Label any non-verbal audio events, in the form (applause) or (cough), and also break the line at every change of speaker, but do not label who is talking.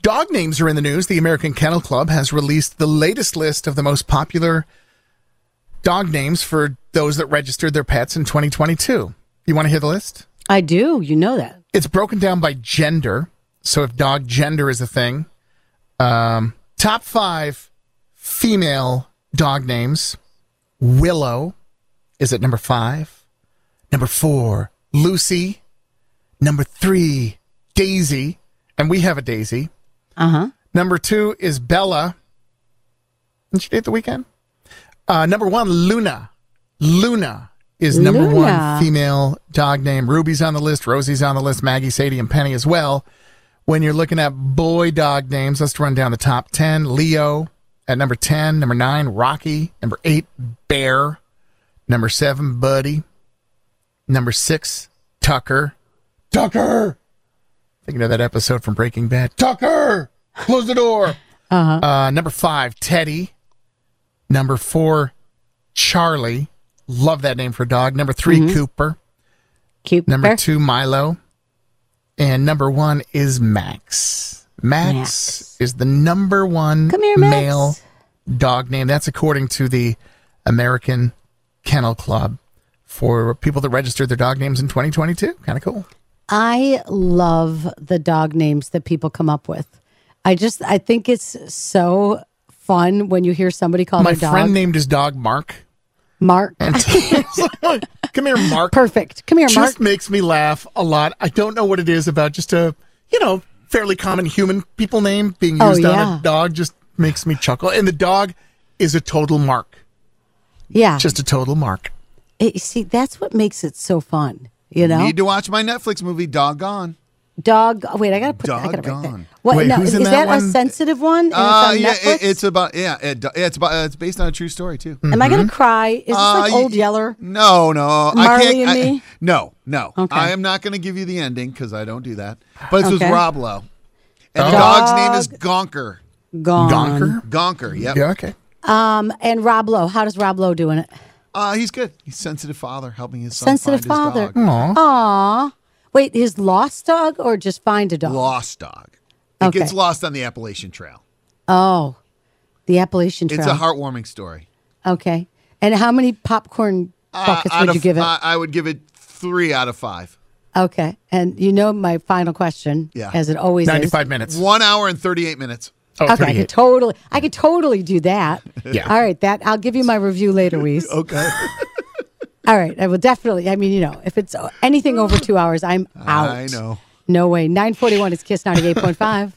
Dog names are in the news. The American Kennel Club has released the latest list of the most popular dog names for those that registered their pets in 2022. You want to hear the list?
I do. You know that.
It's broken down by gender. So if dog gender is a thing, um, top five female dog names Willow is at number five. Number four, Lucy. Number three, Daisy. And we have a Daisy.
Uh huh.
Number two is Bella. Didn't she date the weekend? Uh, number one, Luna. Luna is number
Luna.
one female dog name. Ruby's on the list, Rosie's on the list, Maggie, Sadie, and Penny as well. When you're looking at boy dog names, let's run down the top 10. Leo at number 10, number 9, Rocky, number 8, Bear, number 7, Buddy, number 6, Tucker. Tucker! Thinking of that episode from Breaking Bad. Tucker! Close the
(laughs)
door! Uh-huh. number 5, Teddy. Number 4, Charlie. Love that name for a dog. Number 3,
Mm-hmm.
Cooper.
Cute.
Number
bear.
two, Milo. And number one is Max. Max,
Max.
is the number one
Come here, Max.
male dog name. That's according to the American Kennel Club for people that registered their dog names in 2022. Kind of cool.
I love the dog names that people come up with. I just I think it's so fun when you hear somebody call
My
their dog
friend named his dog Mark.
Mark.
(laughs)
(laughs)
And come here, Mark.
Perfect. Come here, Mark.
Just makes me laugh a lot. I don't know what it is about just a, you know, fairly common human people name being
Oh,
used on
yeah.
a dog just makes me chuckle. And the dog is a total mark.
Yeah.
Just a total mark.
It- see, that's what makes it so fun. You know,
Need to watch my Netflix movie, Doggone.
dog. oh, Wait, I gotta put. I gotta write that.
Doggone.
What?
Wait,
no,
who's
is
in
that,
that
a
one?
sensitive one? And
Uh, yeah,
it's on Netflix.
it, it's about yeah, it, do- yeah, it's about uh, it's based on a true story too.
Am I
mm-hmm.
gonna cry? Is this like
Uh, y-
Old Yeller?
No, no, I
Marley
can't.
and
I-
Me?
No, no,
Okay.
I am not going to give you the ending because I don't do that. But it's with
Okay.
Rob Lowe, and the
Dog.
dog's name is Gonker.
Gone.
Donker.
Gonker, yep.
Yeah, okay.
Um, and Rob Lowe. How does Rob Lowe doing it?
Uh, he's good. He's sensitive father, helping his son
Sensitive
find his
father.
dog.
Oh, Aw. Wait, his lost dog or just find a dog?
Lost dog. It
Okay.
gets lost on the Appalachian Trail.
Oh, the Appalachian Trail.
It's a heartwarming story.
okay. And how many popcorn buckets
Uh, out
would
of-
you give it?
I, I would give it three out of five.
okay. And you know my final question,
Yeah.
as it always
95 minutes.
One hour and thirty-eight minutes.
Oh,
is. Okay, I
38.
could totally, I could totally do that.
Yeah.
All right, that I'll give you my review later, Wees.
(laughs) Okay.
All right, I will definitely. I mean, you know, if it's anything over two hours, I'm out.
I know.
No way. Nine forty-one is Kiss ninety-eight point five.